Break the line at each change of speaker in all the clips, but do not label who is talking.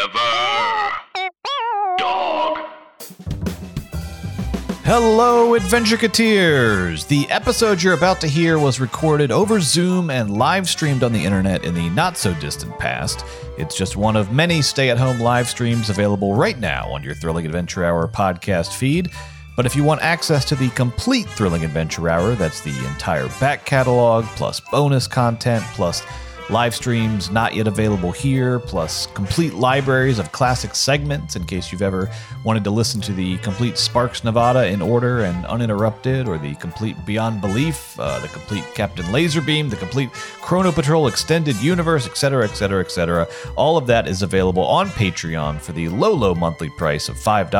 Forever. Dog.
Hello, Adventurecateers! The episode you're about to hear was recorded over Zoom and live streamed on the internet in the not so distant past. It's just one of many stay at home live streams available right now on your Thrilling Adventure Hour podcast feed. But if you want access to the complete Thrilling Adventure Hour, that's the entire back catalog, plus bonus content, plus live streams not yet available here, plus complete libraries of classic segments in case you've ever wanted to listen to the complete Sparks Nevada in order and uninterrupted, or the complete Beyond Belief, uh, the complete Captain Laserbeam, the complete Chrono Patrol Extended Universe, etc., etc., etc. All of that is available on Patreon for the low, low monthly price of $5.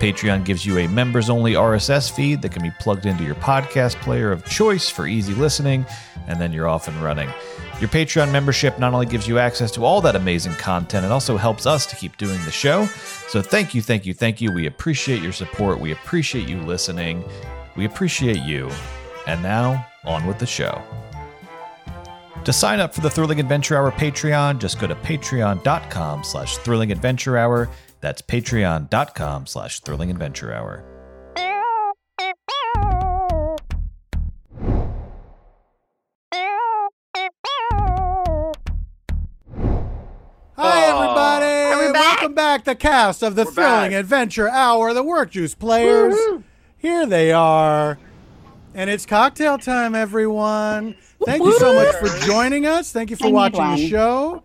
Patreon gives you a members only RSS feed that can be plugged into your podcast player of choice for easy listening, and then you're off and running. Your Patreon membership not only gives you access to all that amazing content, it also helps us to keep doing the show. So thank you, thank you, thank you. We appreciate your support. We appreciate you listening. We appreciate you. And now, on with the show. To sign up for the Thrilling Adventure Hour Patreon, just go to patreon.com slash thrilling adventure hour. That's patreon.com slash thrilling adventure hour.
Hi, everybody. Welcome back to cast of the
We're
Thrilling
back.
Adventure Hour, the Work Juice players. Here they are. And it's cocktail time, everyone. Thank you so much for joining us. Thank you for
I need
watching the
one.
show.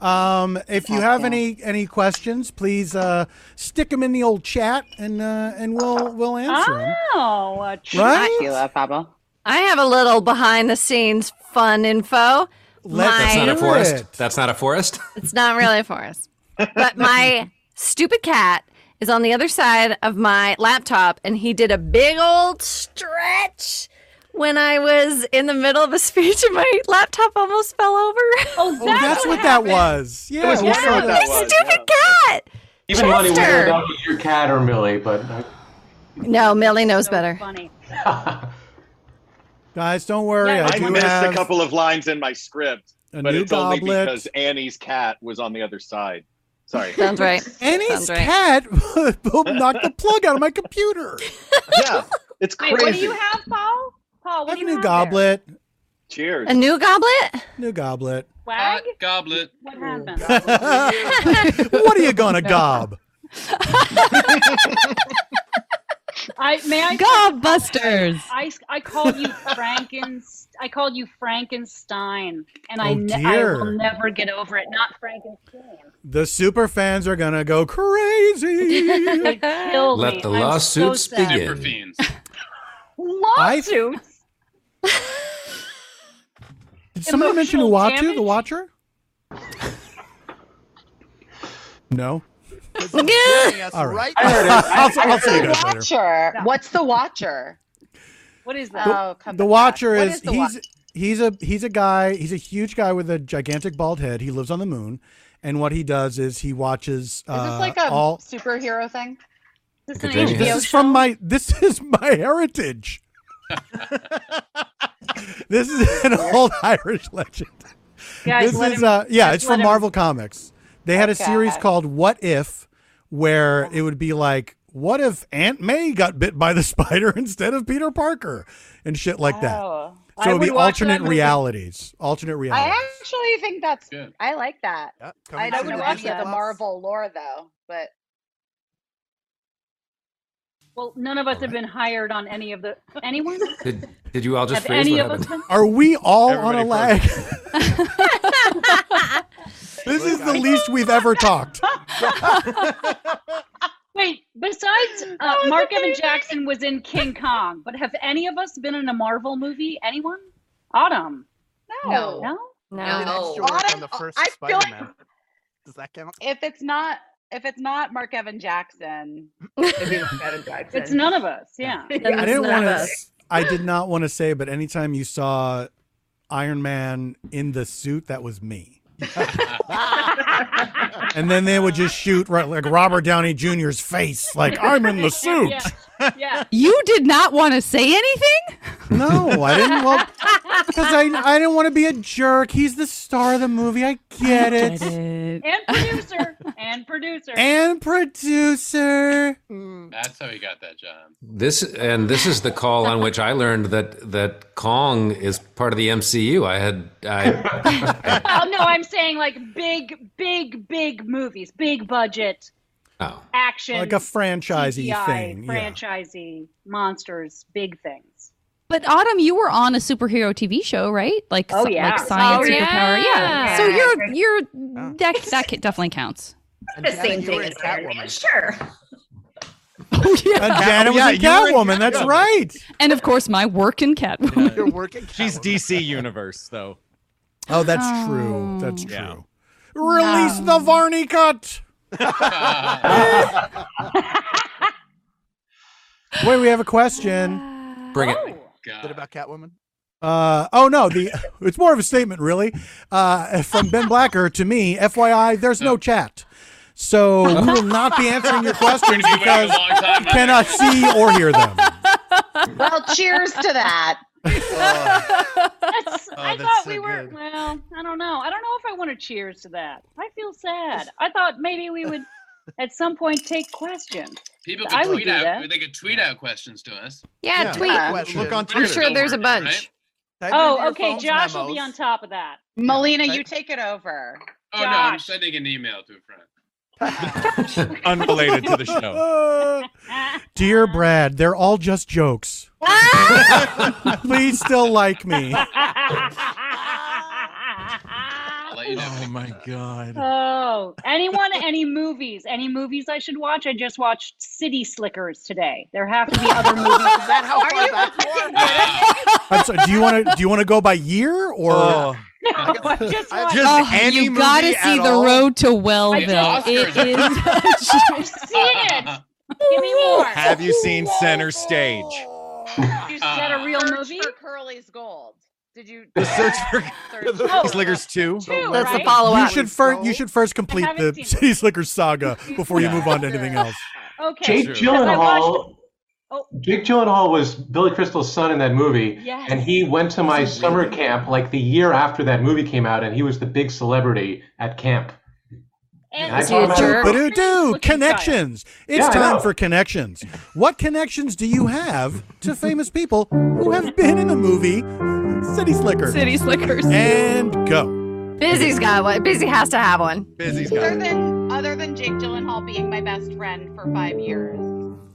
Um, if you have
Cocktail.
any any questions, please uh, stick them in the old chat, and uh, and we'll we'll answer them.
Oh, a tr-
Right?
Not you, uh, Pablo.
I have a little behind the scenes fun info.
Let's
My-
That's not
do
a forest.
it.
That's not a forest.
It's not really for us. But my stupid cat is on the other side of my laptop and he did a big old stretch when I was in the middle of a speech and my laptop almost fell over. Oh,
Oh, that's what that was. Yeah,
was
we
one
saw
of
that.
those.
my stupid cat.
Even money would
Chester.
have about your cat or Millie, but
No, Millie knows better.
Funny.
guys. Don't worry.
Yeah,
I
I
do
missed
have
a couple of lines in my script,
a
but
new
it's
goblet.
only because Annie's cat was on the other side. Sorry.
Sounds right.
Annie's
Sounds right.
cat knocked the plug out of my computer.
yeah, it's
Wait, what do
crazy.
you have, Paul? Paul, what
Have a
do you
new
have
goblet.
Cheers.
A new goblet?
New goblet.
There?
Hot
Wag?
Uh,
goblet.
Oh,
What happened?
what are you gonna gob?
I may I
Gobbusters.
I, I called you Franken I called you Frankenstein and I,
Oh,
ne- I will
dear.
never get over it. Not Frankenstein.
The super fans are gonna go crazy.
It killed
Let
me.
the
I'm so
lawsuits
sad.
begin.
Super fiends.
Lawsuits.
Did someone mention
Emotional
Uatu,
damage?
the Watcher? No. All right. I'll, I'll see you guys later.
Watcher. What's the Watcher?
What is that?
Oh, come
The
back.
Watcher
What
is
the
he's
Watch-
he's a he's a guy he's a huge guy with a gigantic bald head. He lives on the moon, and what he does is he watches. Uh,
Is this like a
all
superhero thing?
Is this an
Continue.
HBO
This is from
show?
my. This is my heritage. this is an old Irish legend.
Guys,
this
let
is
him-
uh, yeah,
guys,
it's from
let him-
Marvel Comics. They had a series
Okay.
called What If, where it would be like, what if Aunt May got bit by the spider instead of Peter Parker, and shit like that.
Oh.
So
I
it'd be
would watch that
alternate
movie.
realities. Alternate
I
realities.
actually think that's.
Good.
I like that. I don't know
watch
any of
that.
the Marvel lore though, but
Well, none of us have been hired on any of the anyone?
Did, did you all just
Have
freeze?
any
What
of us
happened?
been?
Are we all on a
Everybody
lag? this is the least we've ever talked.
Wait, besides
Oh,
uh, Mark Evan Jackson was in King Kong, but have any of us been in a Marvel movie? Anyone? Autumn?
no.
Oh.
No?
No.
work on the first I feel like- Spider-Man.
Does that count?
If it's not, if it's not Mark Evan Jackson,
It's none of us. Yeah.
I didn't want to. I did not want to say, but anytime you saw Iron Man in the suit, that was me. and then they would just shoot right like Robert Downey Jr.'s face, like I'm in the suit.
Yeah. yeah.
You did not want to say anything?
No, I didn't. Well, because I, I didn't want to be a jerk. He's the star of the movie. I get it.
and producer and producer.
And producer.
That's how he got that job.
This and this is the call on which I learned that that Kong is part of the MCU. I had I
oh no, I'm saying like big, big, big movies, big budget
oh.
action,
Like a franchisee
CGI,
thing. yeah.
franchisee monsters, big things.
But Autumn, you were on a superhero TV show, right? Like,
Oh,
so-
yeah.
like science superpower.
Oh, yeah.
Yeah.
Yeah.
So you're you're
Oh.
that that ca- definitely counts.
The same thing as Catwoman. Sure.
Oh yeah.
And Janet was
yeah,
a
you were in
Catwoman. That's
Catwoman.
right.
And of course, my work in Catwoman.
Yeah.
working.
She's DC universe though.
Oh, that's true. That's true.
Yeah.
Release the Varney cut. Wait, we have a question.
bring it.
Oh.
Is it about Catwoman?
Uh, oh no, the it's more of a statement really. Uh, from Ben Blacker to me, FYI, there's no chat. So we will not be answering your questions because you cannot see or hear them.
Well, cheers to that.
Oh,
That's, I
that's
thought
so
we were.
good.
Well, I don't know. I don't know if I want to cheers to that. I feel sad. I thought maybe we would at some point take questions.
People
I
could
would
tweet
do
out.
that.
They could tweet out questions to us.
Yeah,
Yeah.
tweet.
Yeah.
Look on
I'm
Twitter.
sure there's a bunch.
Type into
Oh,
your
okay.
phone's
Josh will be on
memos.
top of that.
Melina,
right.
you take it over.
Oh no, I'm
Josh.
sending an email to a friend.
Related to the show. Uh, Dear Brad, they're all just jokes.
Ah!
Please still like me.
Oh,
I'll let you know.
Oh my god.
Oh, anyone, any movies, any movies I should watch? I just watched City Slickers today. There have to be other movies.
Is that how far back you
Oh.
are?
Uh,
I'm sorry, do you want to do you want to go by year or
Oh.
No, I just
I
watched.
just-
Oh,
any
you
movie
gotta
at
see the
all?
road to
Yeah,
Wellville.
Oscars
It is.
I've seen
uh,
it. Give me more.
Have you seen Center Stage?
You
that
said
a real
search
movie?
For Curly's gold. Did you
The search for
search
the
Oh.
Slickers Two.
Two,
That's
right?
the follow
you
up.
should first you should first complete
haven't
the
seen it.
City Slickers saga before you
Yeah.
move on to anything else.
Okay.
Jake
Sure.
I watched-
Gyllenhaal.
Oh.
Jake Gyllenhaal was Billy Crystal's son in that movie,
Yes.
and he went to my summer camp like the year after that movie came out, and he was the big celebrity at camp.
And-
I Is he a jerk?
But do do
Looking guy.
connections. It's
Yeah, I
time
know.
for connections. What connections do you have to famous people who have been in the movie City Slicker?
City Slickers.
And go.
Busy's got one. Busy has to have one.
Busy's
other
got it.
than other than Jake Gyllenhaal being my best friend for five years?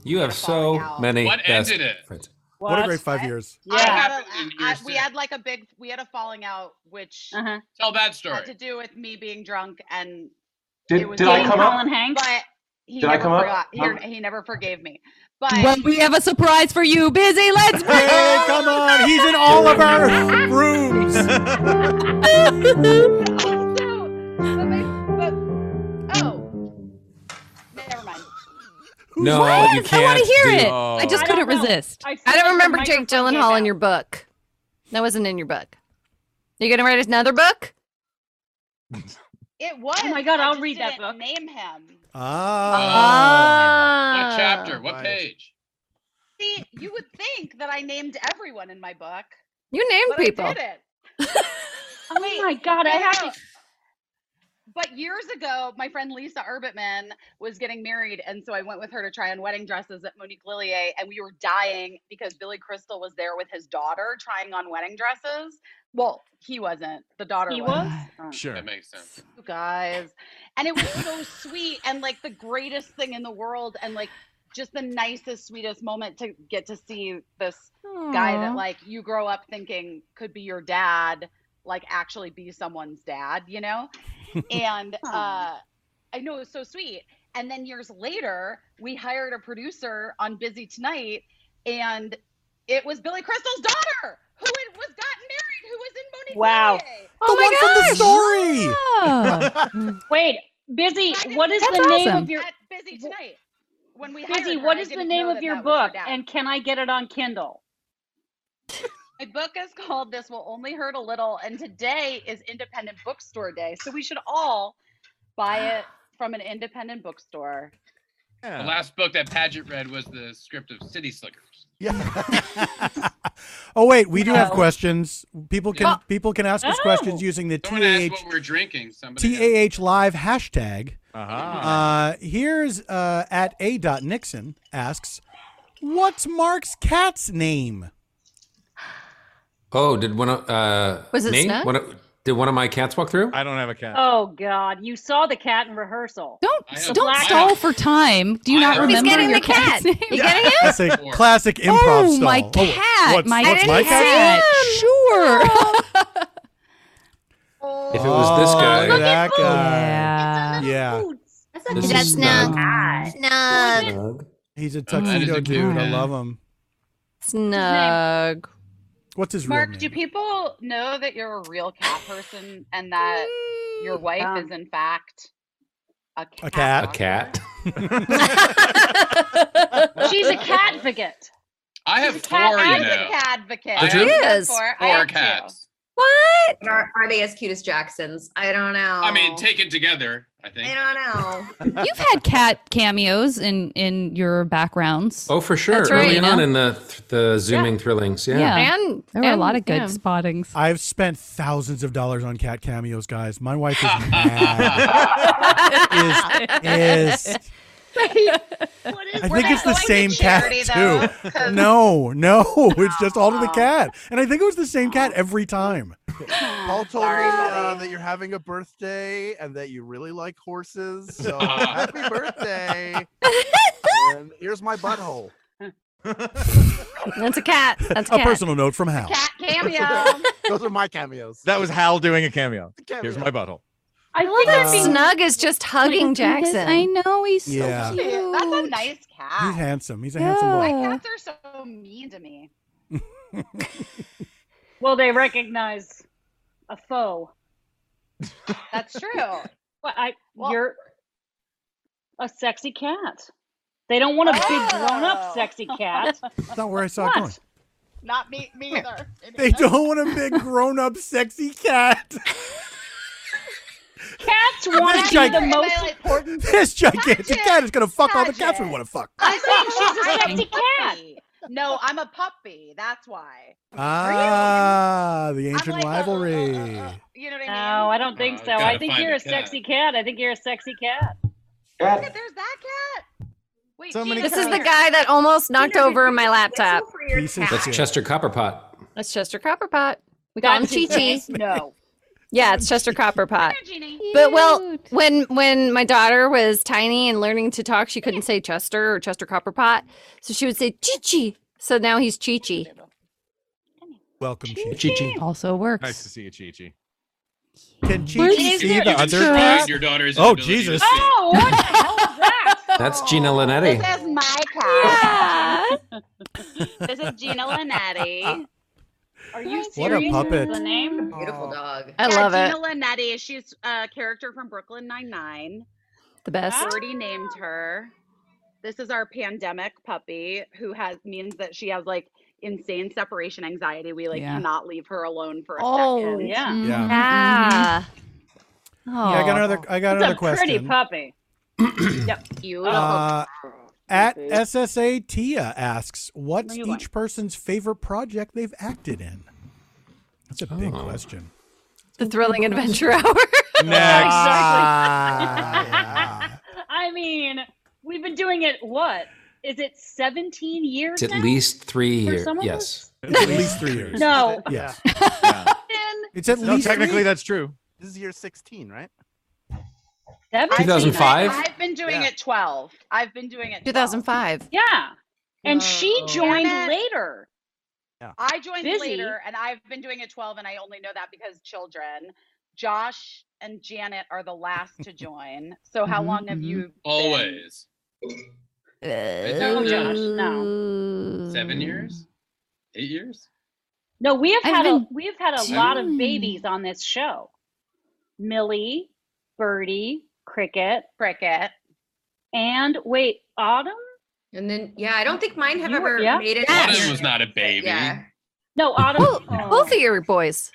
You have
Falling
so
out.
many.
What
best
ended it?
friends.
What, a great five years.
I
Yeah.
had a,
Happened in
I,
years
we
too.
had like a big we had a falling out, which
Uh-huh.
Tell that
had to
story.
do with me being drunk and It
Did,
was
did I
Dating
Jake
come
Colin
up?
Hanks.
but he
Did I
never
come up?
forgot
Um,
he, he never forgave me. But
Well, we have a surprise for you, Busy. Let's
Hey,
go.
come on. He's in all of our rooms.
also, but my- but- oh, never mind.
No,
What?
you
I
can't.
want to hear
do-
it. I just
I
couldn't
don't know.
resist.
I
feel like
don't remember
the
Jake
microphone gave
Gyllenhaal in
out.
your book. That wasn't in your book. You gonna write another book?
It was.
Oh my God,
I
I'll
just
read that
didn't
book.
Name him.
Ah.
Uh,
What chapter? What page?
See, you would think that I named everyone in my book,
You named
but
people.
I didn't.
Oh my god, I
No,
have
no.
to.
But years ago, my friend Lisa Urbatman was getting married, and so I went with her to try on wedding dresses at Monique Lillier, and we were dying because Billy Crystal was there with his daughter trying on wedding dresses. Well, he wasn't. The daughter
He
was.
was.
Oh,
Sure.
That makes sense.
you guys, and it was so sweet and like the greatest thing in the world, and like just the nicest, sweetest moment to get to see this guy that like you grow up thinking could be your dad like actually be someone's dad you know and uh
Aw.
i know it was so sweet and then years later we hired a producer on busy tonight and it was billy crystal's daughter who had, was gotten married who was
Wow.
in Monique Lillier.
the one from the story.
Ah.
Wait, busy.
I didn't
What is
know
the
That's
name
awesome.
of your
at busy tonight when we
busy?
hired her,
What
I
is the
didn't
name
know
of
that
your
that was her
book?
dad.
And can I get it on Kindle?
My book is called This Will Only Hurt a Little, and today is Independent Bookstore Day. So we should all buy it from an independent bookstore.
The
Yeah.
Uh,
last book that Paget read was the script of City Slickers.
Yeah.
Oh wait, we do have questions. People can
Yeah.
people can ask us
Oh.
questions using the
Someone asked
TH
what we're drinking. Somebody.
TAH live hashtag.
Ah.
Uh, here's uh, at a dot Nixon asks, "What's Mark's cat's name?"
Oh, did one of uh,
Was it
me?
Snug?
One of, did one of my cats walk through? I don't have a cat.
Oh God, you saw the cat in rehearsal.
Don't
the
Don't
black-
stall for time. Do you not
He's
remember
getting
your
the cat.
cat's name?
You getting it?
That's a classic improv
Oh,
style.
my cat.
what's-
My
what's my
cat.
cat's
Sure.
If it was this
Oh,
guy,
look at that Look at guy.
yeah,
yeah.
That's,
This is Snug.
Snug.
He's a
Oh, that is
tuxedo
a
dude.
dude,
I
yeah.
love him.
Snug.
What's his real
Mark,
name?
do people know that you're a real cat person and that your wife is in fact a cat?
A cat.
A cat.
She's a cat advocate.
I have four,
cat
you
advocate.
know.
cat advocate.
I
I
have
have
four,
four. I have two.
cats.
What?
Are, are they as cute as Jackson's? I don't know.
I mean, take it together. I think.
I don't know.
You've had cat cameos in in your backgrounds.
Oh, for sure.
That's right,
Early
you
on
know?
in the the zooming thrillings, yeah.
And- there were a lot of good and- spottings.
I've spent thousands of dollars on cat cameos, guys. My wife is mad. is, is, I think it's the same cat too. No, no, it's just all to the cat, and I think it was the same cat every time.
Paul told me uh, that you're having a birthday and that you really like horses. So happy birthday! and here's my butthole.
That's a cat. That's
a personal note from Hal.
cameo.
Those are my cameos.
That was Hal doing a cameo. Here's my butthole.
I
love
that
that
being-
Snug is just hugging
Look at this.
Jackson.
I know he's
so Yeah. cute.
That's a nice cat.
He's handsome. He's a handsome
My
boy.
cats are so mean to me.
Will they recognize a foe?
That's true.
Well, I you're a sexy cat. They don't want a big grown up sexy cat.
That's not where I saw it going.
Not me, me either.
They don't want a big grown-up sexy cat.
Cats want
This
to be the
gig-
most important.
This gigantic cat is gonna fuck all the cats we want to fuck.
I think she's
a sexy
cat. No, I'm a puppy. That's why.
Ah, the ancient
like, uh,
rivalry.
You know what I mean?
No, I don't think so. I think you're a sexy cat. I think you're a sexy cat.
Look
at there's that cat. Wait,
So
many
this is the
colours.
guy that almost knocked over my laptop.
That's Chester Copperpot.
That's Chester Copperpot. We call
That's
him
his
Chi
name?
Chi.
No.
Yeah, it's Chester Copperpot. But well, when when my daughter was tiny and learning to talk, she couldn't say Chester or Chester Copperpot, so she would say Chi Chi. So now he's Chi Chi.
Welcome,
Chi Chi.
Also works.
Nice to see you, Chi Chi.
Can Chi
Where's
Chi
your-
see the
You've
other
destroyed
cat?
your daughter's
oh,
ability to
Jesus.
see.
That's Gina
Oh.
Linetti.
This is my cat. this is Gina Linetti.
Are you
What a
serious?
puppet.
The name?
Beautiful dog.
I love it.
Gina Linetti. She's a character from Brooklyn Nine Nine.
The best.
Already named her. This is our pandemic puppy, who has means that she has like insane separation anxiety. We like
Yeah.
cannot leave her alone for a
Oh
second.
yeah,
Mm-hmm.
Yeah.
yeah. Mm-hmm.
Yeah, I got
Oh.
another. I got
It's
another
a
question.
Pretty puppy.
yep. Beautiful.
Uh, at SSA Tia asks, "What's
Mm-hmm. you
each
like?
person's favorite project they've acted in?" That's a big
Oh.
question.
The thrilling adventure hour.
Ah.
Ah,
I mean, we've been doing it. What is it? Seventeen years.
It's at
now?
least three
For
years.
some of
Yes.
It's at least three years.
No.
Yes.
It's
at
No, least technically three. that's true.
This is year 16, right?
Seven?
2005?
I've been doing it 12. I've been doing it
2005.
Yeah.
Oh,
And she
Oh.
Whoa.
joined
Damn it.
later.
I joined
Busy.
later and I've been doing it 12 and I only know that because children. Josh and Janet are the last to join. So how
Mm-hmm,
long have you
Always.
No, Josh,
no.
Mm.
Seven years? Eight years?
No, we have
I've
had a
been
we have had a
two.
lot of babies on this show. Millie, Birdie, Cricket,
Cricket,
and wait, Autumn.
And then yeah, I don't think mine have ever
yeah.
made it.
Autumn was not a baby.
Yeah.
No, Autumn.
Both of your boys.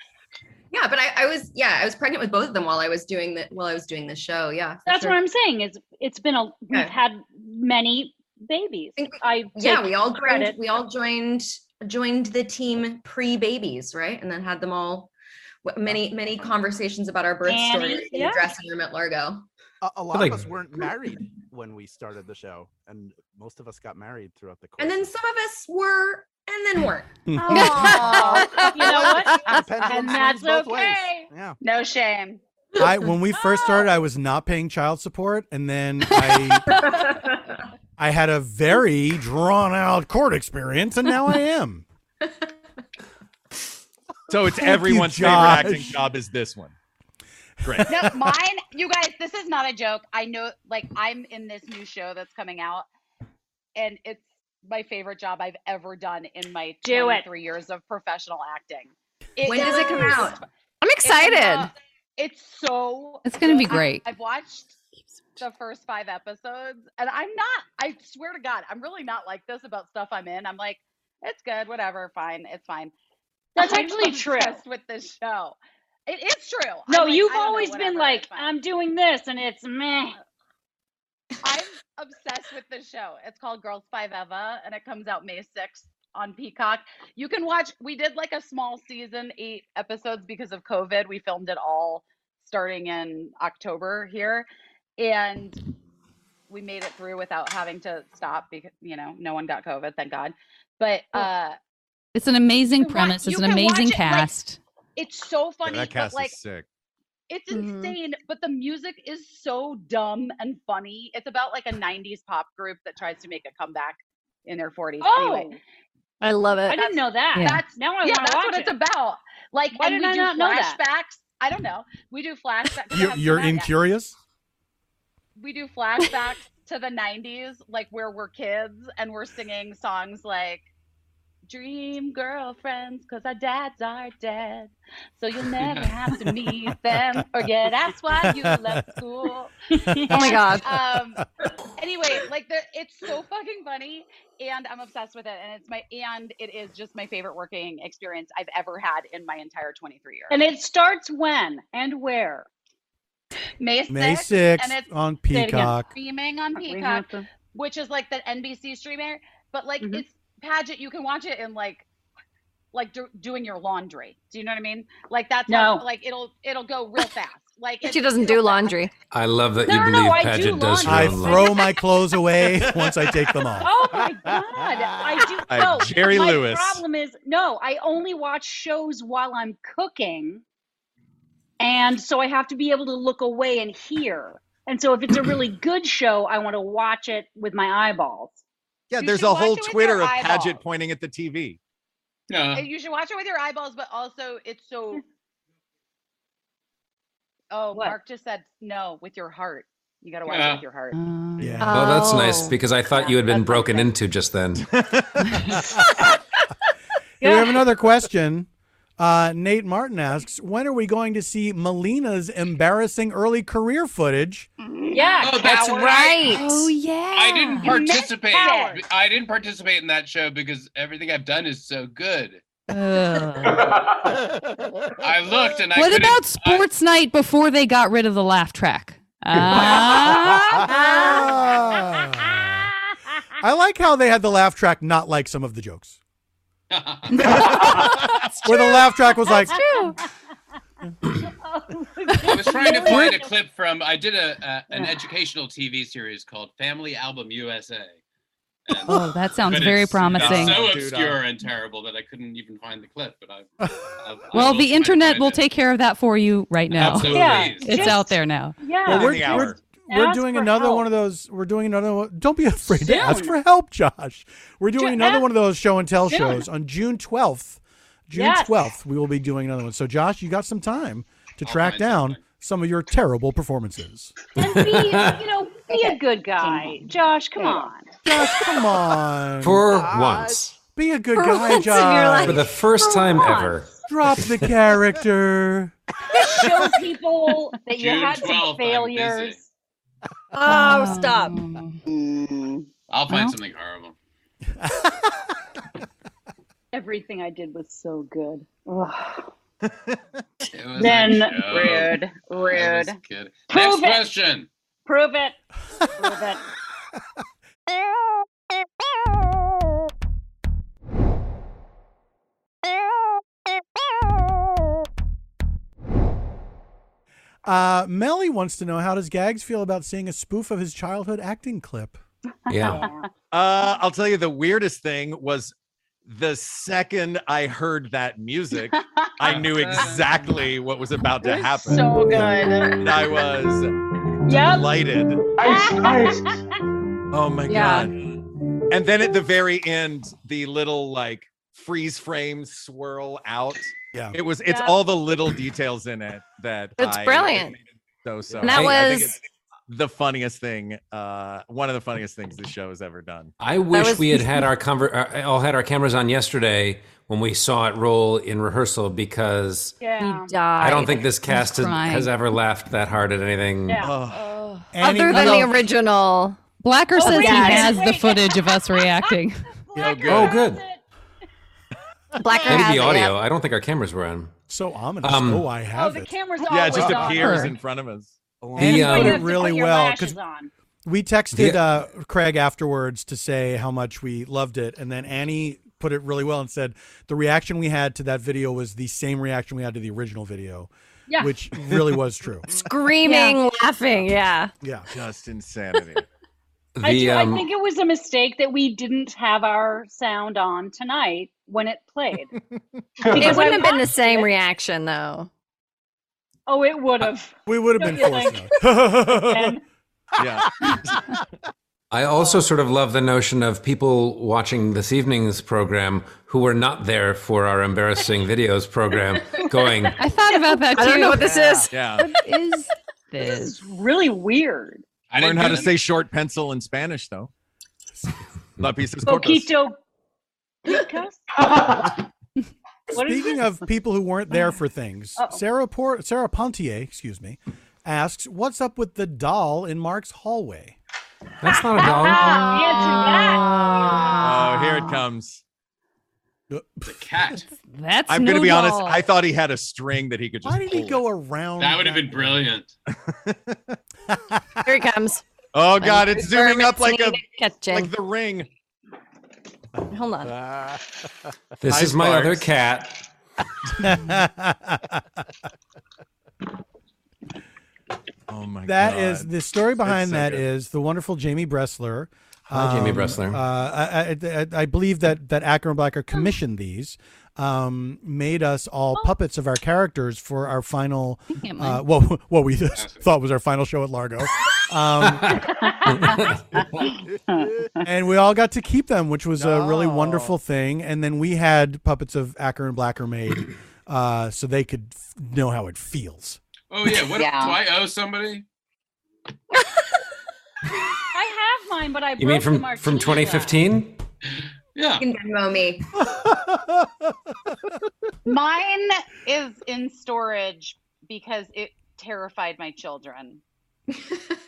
Yeah, but I, I was yeah, I was pregnant with both of them while I was doing the while I was doing the show. Yeah. for
That's
sure.
what I'm saying. Is it's been a we've had many babies. I
yeah,
take
we all joined
credit.
we all joined joined the team pre-babies, right? And then had them all wh- many many conversations about our birth
Annie,
stories in
yeah.
the dressing room at Largo.
A, a lot
like-
of us weren't married when we started the show, and most of us got married throughout the course.
And then some of us were and then weren't.
you know what?
The
and
pendulum
that's
swings both ways.
okay.
Yeah.
No shame.
I when we first started, I was not paying child support, and then I I had a very drawn out court experience, and now I am.
So it's
Thank you,
everyone's
Josh.
favorite acting job is this one. Great.
no, mine, you guys, this is not a joke. I know, like, I'm in this new show that's coming out, and it's my favorite job I've ever done in my
Do it.
23 years of professional acting.
When does it come out?
I'm
excited.
It's so.
It's gonna be
good. I-
great.
I've watched the first five episodes, and I'm not. I swear to God, I'm really not like this about stuff I'm in. I'm like, it's good, whatever, fine, it's fine.
That's
I'm
actually true.
obsessed With this show, it is true. I'm
No,
like,
you've
I don't know,
always been
whatever,
like,
it's fine.
I'm doing this, and it's meh.
I'm obsessed with this show. It's called Girls Five Eva, and it comes out May 6th on Peacock. You can watch, we did like a small season, eight episodes because of COVID. We filmed it all starting in October here. And we made it through without having to stop because, you know, no one got COVID, thank God. But uh,
Oh. It's an amazing premise.
you
It's an
can watch
amazing
it, like-
cast.
it's so funny.
that
but
cast
like,
is sick.
it's insane, but the music is so dumb and funny. It's about like a 90s pop group that tries to make a comeback in their 40s. anyway,
I love it.
I Oh, didn't know that.
Yeah.
That's
Now I wanna
yeah, that's
watch
what it's
it.
about. Like,
Why
and
did
we
I
do
not know that?
flashbacks. I don't know. We do flashbacks. I
You,
haven't
you're
seen that yet.
incurious.
We do flashbacks to the 90s, like where we're kids and we're singing songs like Dream girlfriends, cause our dads are dead. So you'll never have to meet them. Or yeah, that's why you left school.
Oh my God.
Um, anyway, like the, it's so fucking funny, and I'm obsessed with it, and it's my and it is just my favorite working experience I've ever had in my entire 23 years.
And it starts when and where?
May 6th,
May 6th
and it's
on
Say it again.
Peacock.
streaming on
We
Peacock,
have to-
which is like the NBC streamer, but like it's pageant. You can watch it in like like do, doing your laundry. Do you know what I mean? Like that's
No.
how, like it'll it'll go real fast. Like
She doesn't do laundry.
I love that
No,
you
no, no,
believe
I do
Paget does your
I
own laundry.
throw my clothes away once I take them off.
Oh my god! I do.
I'm
no,
Jerry
my
Lewis.
Problem is, no, I only watch shows while I'm cooking, and so I have to be able to look away and hear. And so, if it's a really good show, I want to watch it with my eyeballs.
Yeah,
You
there's
should
a
watch
whole
it with
Twitter
your
of Paget
eyeballs.
pointing at the TV.
Uh, you should watch it with your eyeballs, but also it's so. Oh, Mark just said no with your heart. You got to watch it
Yeah.
with your heart.
Yeah.
Oh, that's nice because I thought you had been broken into just then.
Here We have another question. Uh, Nate Martin asks, when are we going to see Melina's embarrassing early career footage?
Yeah.
Oh, that's
coward.
right.
Oh yeah.
I didn't
You meant
participate.
coward.
I didn't participate in that show because everything I've done is so good. I looked and I
What
couldn't-
about sports night before they got rid of the laugh track? Ah.
I like how they had the laugh track not like some of the jokes. Where the laugh track was like,
I was trying to find a clip from. I did a, a an educational TV series called Family Album USA.
oh, that sounds
But
very
it's-
promising.
It's so obscure and terrible that I couldn't even find the clip. But I, I
well, the internet will take care of that for you right now.
Absolutely. Yeah,
it's
just-
out there now.
Yeah.
Well, we're,
Anything
we're,
hour.
we're
Ask
doing
for
another
help.
one of those. We're doing another one. Don't be afraid to ask
Soon.
for help, Josh. We're doing
Ju-
another
ask
one of those show and tell
soon.
shows on June 12th. June
Yes.
12th, we will be doing another one. So, Josh, you got some time to track
find
down some of your terrible performances.
Be, you know, be a good guy, Josh. Come on.
Josh, come on.
For once.
Be a good
For
guy,
once in your
Josh.
For the first time
once.
ever.
Drop the character.
Show people that you
June
had some
12th, I'm
failures.
Oh, stop.
Um,
I'll find
Well.
something horrible.
Everything I did was so good. Ugh.
It was a
Then-
joke.
Rude,
It was
rude.
good. Next
Prove it.
question.
Prove it. Prove it.
Uh, Melly wants to know how does Gags feel about seeing a spoof of his childhood acting clip?
Yeah.
Uh, I'll tell you the weirdest thing was the second I heard that music, I knew exactly what was about to happen.
So good.
And I was delighted. Oh my
Yeah.
god. And then at the very end, the little like freeze frame swirl out.
Yeah.
It was it's
Yeah.
all the little details in it that
It's
I-
brilliant.
So so
And that
I- I think
was-
it's the funniest thing, uh one of the funniest things the show has ever done.
I wish
was-
we had had our conver- uh, all had our cameras on yesterday when we saw it roll in rehearsal because
Yeah. Oh,
He died.
I don't think this
He's
cast has,
crying.
has ever laughed that hard at anything.
Yeah.
Oh,
Oh,
Any-
Other than the original.
Blacker
Oh,
says
wait,
he
wait,
has
wait.
the footage of us reacting.
Oh, good.
Oh, good.
Blacker
Maybe
has
the
it,
audio.
yeah.
I don't think our cameras were on.
So ominous.
Um,
oh, I have
the
it.
camera's
Yeah, it
always
just
on.
appears in front of us.
And
The,
he
um,
did
You
it
have to
really
put your
well
lashes
because
on.
we texted
The-
uh, Craig afterwards to say how much we loved it, and then Annie put it really well and said the reaction we had to that video was the same reaction we had to the original video,
Yeah.
which really was true.
Screaming, laughing. Yeah.
Yeah,
just insanity.
I, do,
The,
I
um,
think it was a mistake that we didn't have our sound on tonight when it played.
it
Because I
wouldn't have been the
watched
same
it.
reaction though.
Oh, it would have.
We would
Don't
have been
you
forced.
think?
though.
yeah.
I also sort of love the notion of people watching this evening's program who were not there for our embarrassing videos program going,
I thought about that too.
I don't know what this is.
Yeah.
What is
This
this?
is really weird.
I
didn't
learned how
do
to
that.
say short pencil in Spanish though. La pizza es corta.
Poquito. picos? What is
Speaking
this?
of people who weren't there for things,
Uh-oh.
Sarah Por- Sarah Pontier, excuse me, asks, "What's up with the doll in Mark's hallway?"
That's not a doll.
Oh, here
Ah.
it comes.
The cat.
That's
I'm going to
no
be honest.
doll.
I thought he had a string that he could just.
Why did he go around?
That would have been brilliant.
Here he comes.
Oh God, it's
Very
zooming up like a
fascinating catching.
like the ring. Ah.
Hold on.
This
Hi,
is my
Sparks.
other cat.
Oh my
That
God.
is the story behind
so
that is
good.
the wonderful Jamie Bressler.
Hi, Jamie Bressler.
Uh, I, I, I, I believe that that Ackerman Blacker commissioned these, um, made us all
Oh.
puppets of our characters for our final,
can't
uh, what what we thought was our final show at Largo, um, and we all got to keep them, which was a really wonderful thing. And then we had puppets of Acker and Blacker made, uh, so they could f- know how it feels.
Oh yeah. What
Yeah.
do I owe somebody?
I have mine, but I
You
broke
mean
the
from
martini
from
glass.
2015?
Yeah.
You can Venmo me.
Mine is in storage because it terrified my children.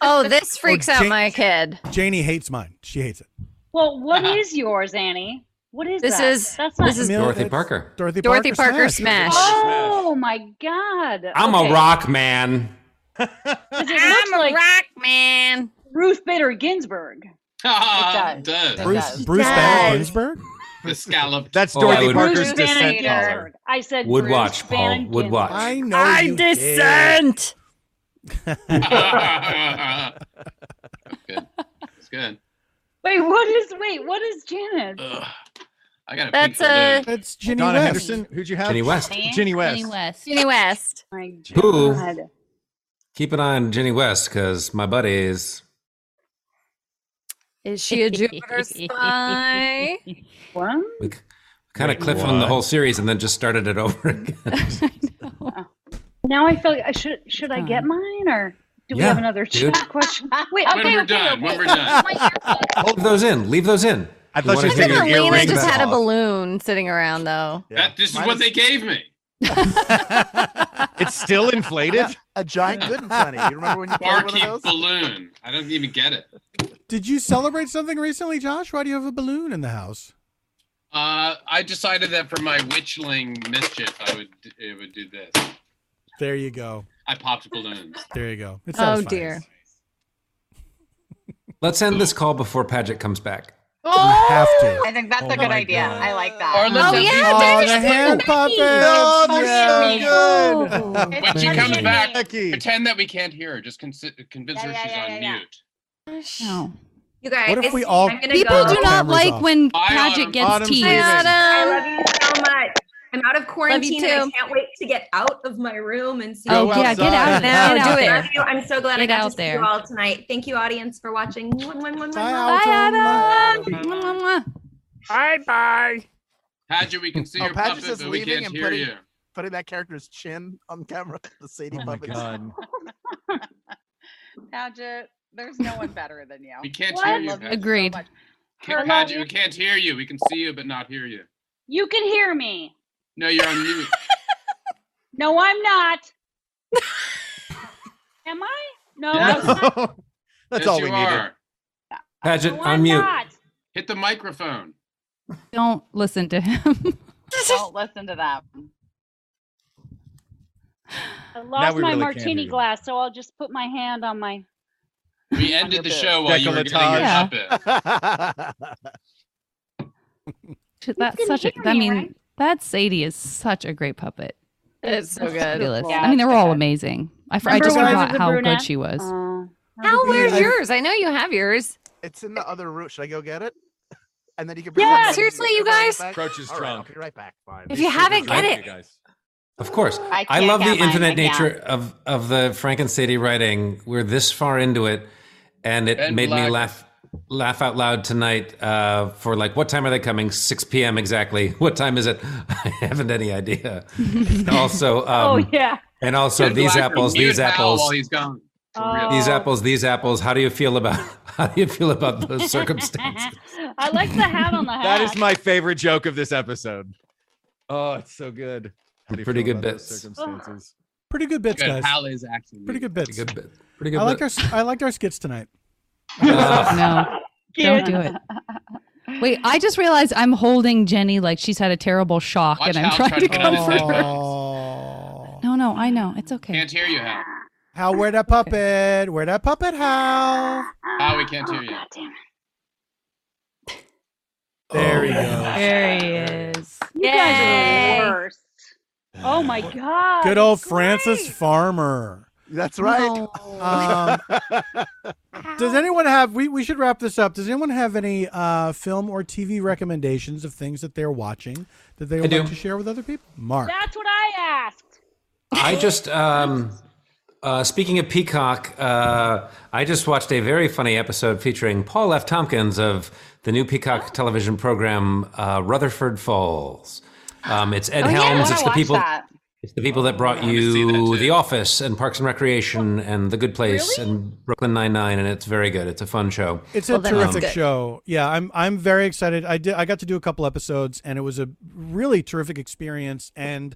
Oh, this freaks out
Ja-
my kid.
Janie hates mine; she hates it.
Well, what is yours, Annie? What is
This
that?
is-
That's not
this is-
Mil-
Dorothy
it's
Parker.
Dorothy,
Dorothy Parker Smash.
Oh my god!
I'm
Okay.
a rock man.
'Cause It looks like
rock man.
Ruth Bader Ginsburg.
it
does.
does.
It
Bruce
does.
Bruce
Dad.
Van Ginsburg.
The scallop.
That's
Oh, I
Dorothy
would-
Parker's
Bruce Van
descent
Ginsburg.
caller.
I said
Would
Bruce
watch,
Van
Paul. Would watch.
I know.
I
you did.
dissent.
good. It's good.
Wait, what is? Wait, what is Janet?
Ugh. I got to
That's a
That's Ginny
Donna
West.
Henderson. Who'd you have?
Jenny West.
Ginny West.
Jenny West.
Ginny West.
My
Who?
God.
Keep an eye on Jenny West because my buddies.
Is she a Jupiter spy?
What?
We kind of
Wait,
cliff on the
what?
whole series and then just started it over again.
Now I feel. I should should I get mine or do we
Yeah,
have another
dude.
chat question? Wait,
When
okay,
we're
okay,
done,
okay.
when we're done.
My earplug.
Leave those in. Leave those in.
I
We
thought
wanna
you
I
Take said
hear
think
your
Elena
earrings
just had a
off.
balloon sitting around though.
That, this is
Mine
what
is-
they gave me.
It's still inflated.
A giant good and plenty. You remember when you played one
Barkeep
of those?
balloon. I don't even get it.
Did you celebrate something recently, Josh? Why do you have a balloon in the house?
Uh, I decided that for my witchling mischief, I would it would do this.
There you go.
I popped balloons.
There you go. It
Oh
sounds fine.
dear.
Let's end this call before Paget comes back.
You have to.
I think that's
Oh
a good
my
idea.
God.
I like that.
Or let's Oh, have yeah, people-
Oh,
there's
the
the
hand
Becky.
puppet.
No,
Yes.
they're When
good.
she
It's
comes
funny.
back, pretend that we can't hear her. Just consi- convince her she's on mute.
Oh.
No.
You guys,
What if
it's-
we all-
I'm gonna
People
go.
do not Cameras like off. when Bye, Padgett Autumn. gets Autumn's teased. leaving.
I love you so much. I'm out of quarantine.
Love you
And I can't wait to get out of my room and see.
Oh, Go yeah, get outside. out-
now.
get out
do it.
there.
Love you. I'm so glad I
Get out
got to see
there.
you all tonight. Thank you, audience, for watching. Mwah, mwah, mwah, mwah, mwah.
Bye, Adam.
Bye bye.
Padgett, we can see
Oh,
your
Padgett's
puppet,
just
but we
leaving
can't
and
hear
putting-
you.
Putting that character's chin on camera, the
Oh
Sadie puppet.
God.
Padgett, there's no one better than you.
We can't hear you. Padgett. Ca-
Hello?
Padgett, we can't hear you. We can see you, but not hear you.
You can hear me.
No, you're on mute.
No, I'm not. Am I? No.
That's
all we
you
needed.
are.
Paget, on mute.
Hit the microphone.
Don't listen to him.
Don't listen to that.
I lost
we really
my
can't hear
martini
you.
glass, so I'll just put my hand on my.
We ended the show while you were getting your
Decolletage.
puppet.
That's
can
such a.
hear
I
me,
mean,
right?
that Sadie is such a great puppet.
It's so good.
Fabulous.
Yeah,
I mean, they were all amazing. I, fr- I
Remember
just
when I was
forgot
the
how
brunette?
good she
Uh,
was.
Um,
Al, where's
I-
yours? I know you have yours.
It's in the other room. Should I go get it? And then you can.
Yeah,
pretend like
seriously, you
everybody
guys?
back?
Crouch is
All right, I'll
drunk.
be right back. Fine.
If you haven't, get it.
Of course.
I
I,
can't
love the
get mine,
infinite
I can't.
nature of, of the Frank and Sadie writing. We're this far into it, and it
Ben
made me
Black.
laugh laugh out loud tonight uh, for like, what time are they coming? 6 p.m. exactly. What time is it? I haven't any idea. And also, um,
oh yeah.
and also
Ben
these
Black,
apples,
mute
these
Hal
apples,
While he's gone.
these
Oh.
apples, these apples. How do you feel about how do you feel about those circumstances?
I like the hat on the hat.
That is my favorite joke of this episode. Oh, it's so good. How do you
Pretty
feel
good
about those
bits.
Circumstances.
Pretty good bits, guys.
Hal is actually
Pretty good bits.
Pretty good bit. Pretty good
I liked
bit. Uh,
our s- I liked our skits tonight.
no, don't do it. Wait, I just realized I'm holding Jenny like she's had a terrible shock,
Watch
and I'm
Hal
trying
try
to
to get out of
comfort
this.
her. No, no, I know it's okay.
Can't hear you, Hal.
How where that puppet? Where that puppet? How?
Hal, we can't hear you.
Oh,
There he goes.
There he is.
You guys are the worst. Oh my god.
Good old Francis Farmer. Um,
That's right.
Does anyone have we, we should wrap this up. Does anyone have any uh, film or TV recommendations of things that they're watching that they would
do.
like to share with other people? Mark.
That's what I asked.
I just um, uh, speaking of Peacock, uh, I just watched a very funny episode featuring Paul F. Tompkins of the new
Oh.
Peacock television program uh, Rutherford Falls. Um, it's Ed
Oh, yeah, I
Helms.
wanna
It's the
watch
people.
that.
It's the people that brought you The Office and Parks and Recreation and The Good Place and Brooklyn Nine Nine, and it's very good. It's a fun show.
It's a terrific show. Yeah, I'm I'm very excited. I did I got to do a couple episodes and it was a really terrific experience and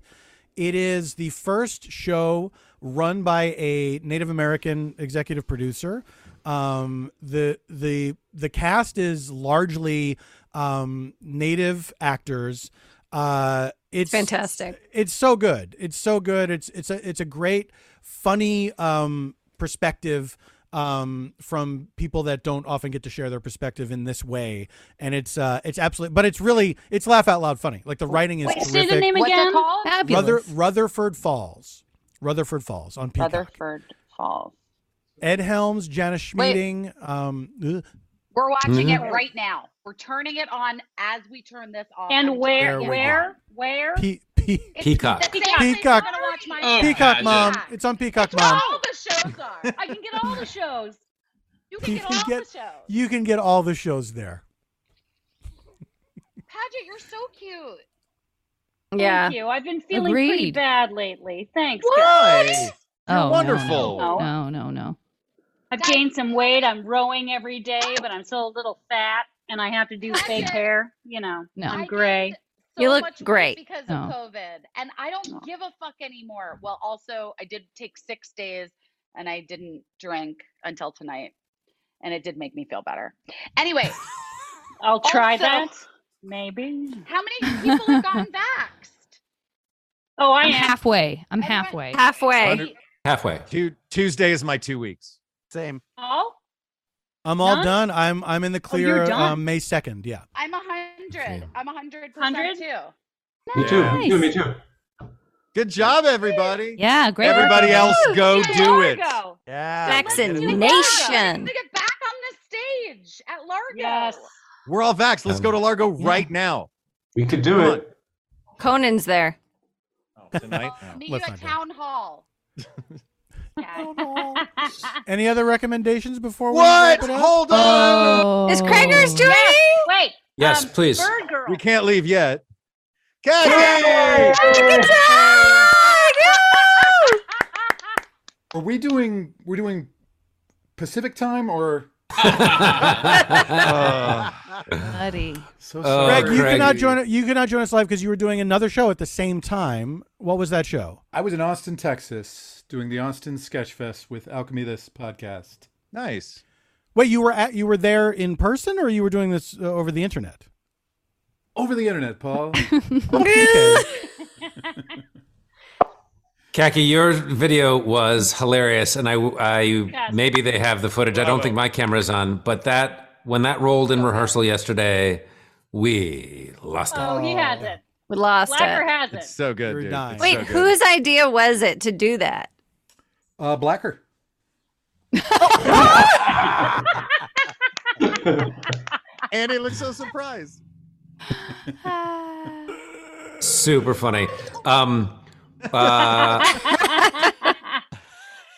it is the first show run by a Native American executive producer. Um, the the the cast is largely um, Native actors. Uh, it's
Fantastic.
It's so good. It's so good. It's it's a it's a great, funny um, perspective um, from people that don't often get to share their perspective in this way. And it's uh, it's absolutely, but it's really it's laugh out loud funny. Like the writing is
Wait,
terrific.
say the name again.
Ruther, Rutherford Falls. Rutherford Falls on Peacock.
Rutherford Falls.
Ed Helms, Janice
Wait.
Schmieding. Um, ugh.
We're watching
Mhm.
it right now. We're turning it on as we turn this off.
And
I'm
where?
There we
Where? Where?
Pe- pe-
Peacock.
Peacock.
I'm gonna watch my-
Oh,
Peacock Mom. It's on Peacock Mom.
All the shows are. I can get all the shows. You can
You
get all the shows.
You can get all the shows there.
Padgett, you're so cute.
Thank you. I've been feeling pretty
Agreed.
bad lately. Thanks.
What?
guys.
Oh, no, no,
wonderful.
No, no, no, no.
I've gained some weight. I'm rowing every day, but I'm still a little fat, and I have to do fake hair. You know,
No. I
I'm
did
gray.
So much weight because of
No.
COVID, and I don't
Oh.
give a fuck anymore. Well, also, I did take six days, and I didn't drink until tonight, and it did make me feel better. Anyway,
I'll try
Also-
that. Maybe.
how many people have gotten back?
Oh, I
I'm
am.
halfway. I'm halfway.
Halfway.
Um,
Halfway.
Halfway.
Tuesday is my two weeks.
Same.
Oh,
I'm all
None?
done. I'm I'm in the clear.
you're done?
um, May second. Yeah.
I'm a hundred. I'm a hundred percent
100?
too.
Me too. Me too. Me too.
Good job, everybody.
Yeah, great.
Everybody else, go do it.
Yeah.
Vaccination.
Stage at Largo.
We're all vaxxed. Let's
Um,
go to Largo right now.
We could do it.
Conan's there.
tonight.
Meet
Let's
you
not
at
go.
town hall.
Any other recommendations before
What?
we wrap it up?
Hold
Oh.
on.
Is Krangers doing
it? Wait.
Yes, please.
We can't leave yet. Kathy!
Are we doing we're doing Pacific time or
Buddy.
so
Oh,
sorry.
Greg, you cannot join. You cannot join us live because you were doing another show at the same time. What was that show?
I was in Austin, Texas, doing the Austin Sketch Fest with Alchemy This podcast.
Nice.
Wait, you were at you were there in person, or you were doing this uh, over the internet?
Over the internet, Paul.
Kaki, your video was hilarious, and I, I maybe they have the footage. I don't think my camera's on, but that when that rolled in rehearsal yesterday, we lost it.
Oh, he has it.
We lost
Blacker
it.
has it.
It's so good, dude.
dying.
It's
Wait,
so good.
whose idea was it to do that?
Uh, Blacker.
Andy looks so surprised.
Super funny. Um, uh,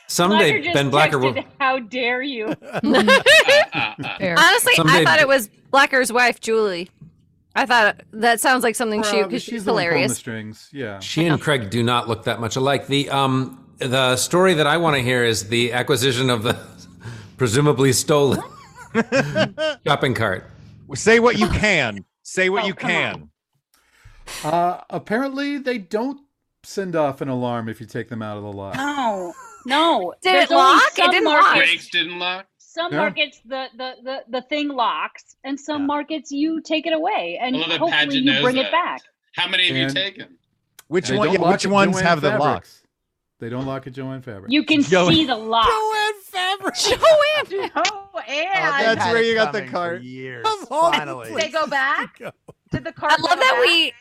someday
Blacker just
Ben Blacker will.
texted, How dare you?
Honestly, I
Someday-
thought it was Blacker's wife, Julie. I thought that sounds like something she
Well,
because she's,
the one pulling
hilarious.
the strings. Yeah.
She and Craig do not look that much alike. The um the story that I want to hear is the acquisition of the presumably stolen shopping cart.
Say what you can. Say
Oh,
what you can.
Uh, apparently, they don't send off an alarm if you take them out of the lot.
No, no.
Did
There's
it
only
lock? It
some
didn't lock.
markets-
Brakes didn't lock.
Some
Yeah.
markets the, the the the thing locks, and some markets you take it away, and
I love that
hopefully
Padgett
you
knows
bring
that.
it back.
How many have you
And-
taken?
Which
They
one?
don't
yeah,
lock
which
at
ones
Joann
have the
Fabrics.
lock?
They don't lock at Joanne Fabric.
You can
Joey-
see the lock.
Joanne Fabric.
Oh,
Joanne.
I've
Oh, That's
had
where
it
you got the
coming for
cart.
Years.
all
Finally.
They go back. Did the car?
I
love that we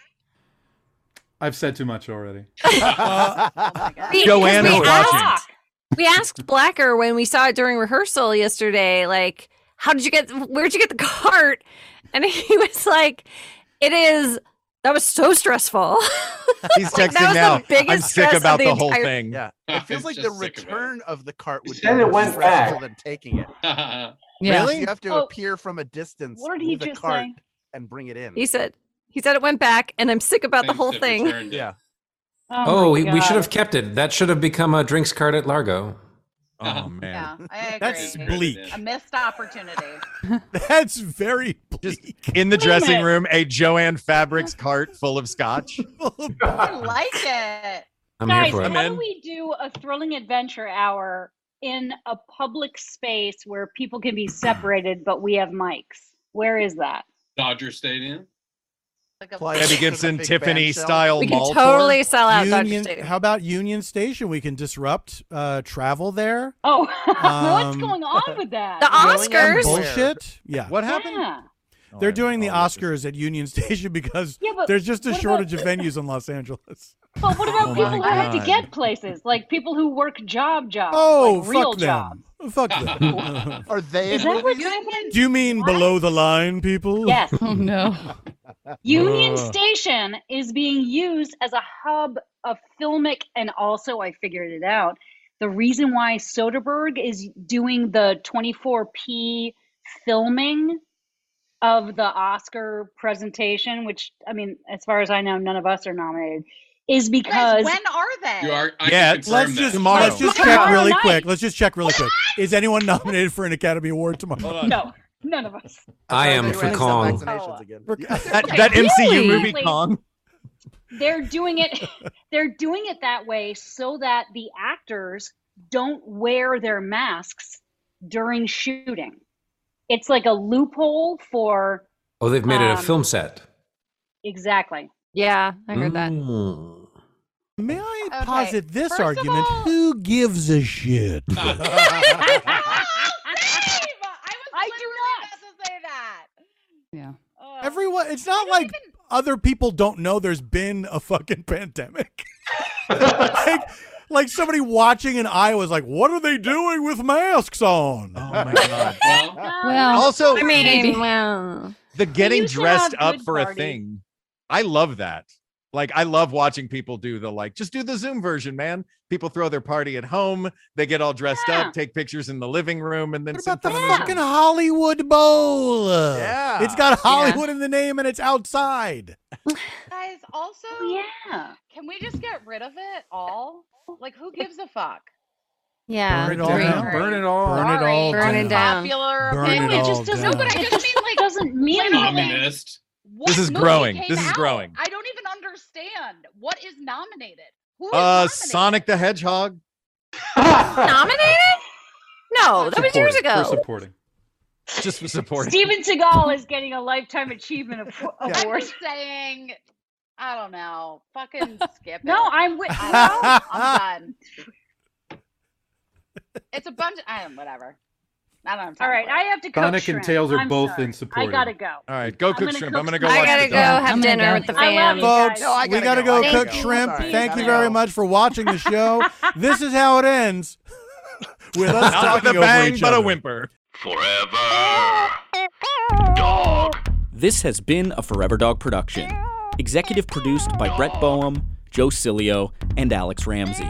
I've said too much already.
Uh,
we,
Joanne
because we
is watching.
asked, we asked Blacker when we saw it during rehearsal yesterday, like, how did you get? Where'd you get the cart? And he was like, "It is." That was so stressful.
He's
Like, that
texting
was the
now. I'm
biggest
sick
stress of
about
the
the, whole
entire-
thing.
Yeah. It feels like the return of the cart would
said
be
it
more
went
stressful
back.
than taking it.
yeah.
Because You have to
Oh.
appear from a distance
What did
with
he
the
just
cart
say?
and bring it in.
He said, "He said it went back, and I'm sick about the whole thing."
Yeah.
Oh, we, we should have kept it. That should have become a drinks cart at Largo.
Oh man.
Yeah, I agree.
That's bleak.
A missed opportunity.
That's very bleak.
In the
Wait a
dressing
minute.
room, a Joanne Fabrics cart full of scotch.
I like it.
I'm
Guys,
here for it.
how
I'm
do
in.
we do a thrilling adventure hour in a public space where people can be separated, but we have mics? Where is that?
Dodger Stadium.
Debbie Gibson, Tiffany
shelf.
style
We could
mall.
totally sell out Dodger
Union,
Stadium.
how about Union Station? We can disrupt uh, travel there.
Oh, what's
Um,
going on with that?
The Oscars.
Bullshit. Yeah.
What happened?
Yeah.
Oh,
They're doing the Oscars at Union Station because
Yeah, but
there's just a
what about-
shortage of venues in Los Angeles.
But what about
Oh my
people who have to
God.
get places? Like people who work job jobs.
Oh,
like real
fuck them. Fuck them.
Are they
Is that what's happening?
Do you mean below the line people?
Yes.
Oh no.
Union
Ugh.
Station is being used as a hub of filmic, and also I figured it out. The reason why Soderbergh is doing the 24p filming of the Oscar presentation, which I mean, as far as I know, none of us are nominated, Uh, is because
Guys, when are they?
You are. I
Yeah,
can
it's-
confirm
Let's
that.
just
Tomorrow.
let's just
Tomorrow
check really
night.
quick. Let's just check really quick. Is anyone nominated for an Academy Award tomorrow?
no, none of us.
I
Oh,
am
they
for
went and
Kong.
sent vaccinations again.
That, that MCU movie
Really?
Kong.
they're doing it they're doing it that way so that the actors don't wear their masks during shooting it's like a loophole for
Oh, they've made it a
Um,
film set.
exactly
Yeah, I heard that.
Mm.
May I
Okay,
posit this
first of
argument?
all-
Ah.
Who gives a shit?
Same! Oh, I was I do not about to say that. Oh.
Yeah.
Everyone, it's not like other people don't know there's been a fucking pandemic. like, like somebody watching in Iowa's like, what are they doing with masks on? Oh my god.
Um,
Well,
also,
I mean, Maybe. well.
the getting
used to
dressed
have
up
good
for a
parties.
thing. I love that. Like I love watching people do the like just do the Zoom version, man. People throw their party at home, they get all dressed up, take pictures in the living room and then What about
the fucking Hollywood Bowl.
Yeah.
It's got Hollywood in the name and it's outside.
Guys, also,
Oh,
yeah. Can we just get rid of it all? Like, who gives a fuck?
Yeah.
Burn it all down. Burn it all. Burn it all.
Burn it down.
Popular
Burn it
opinion.
all
just doesn't.
down.
No, but I just mean like doesn't mean
Communist.
This is growing. This is growing.
I don't even understand what is nominated. Who is
Uh Sonic the Hedgehog.
Nominated? No, that was years
Supporting.
ago.
supporting.
Just for supporting.
Steven Seagal is getting a lifetime achievement Award-
I'm
award.
just saying. I don't know. Fucking skip it.
No, I'm with.
I don't know. I'm done. It's a bunch. I don't. Whatever. I don't. All right, I
have to
Sonic and Tails are both in support.
All right, go cook
gonna
shrimp.
cook
I'm gonna go
shrimp. I
watch
gotta
the
go
dog.
have I'm gonna dinner go. with the
I love you
Folks,
guys. No, I
we got
gotta
to go
go.
cook
Thank you.
shrimp.
Sorry,
Thank
gotta
you very
go.
much for watching the show. this is how it ends with us
Not with
talking
a bang,
over each
but a
other.
whimper.
This has been a Forever Dog production. Executive produced by Brett Boehm, Joe Cilio, and Alex Ramsey.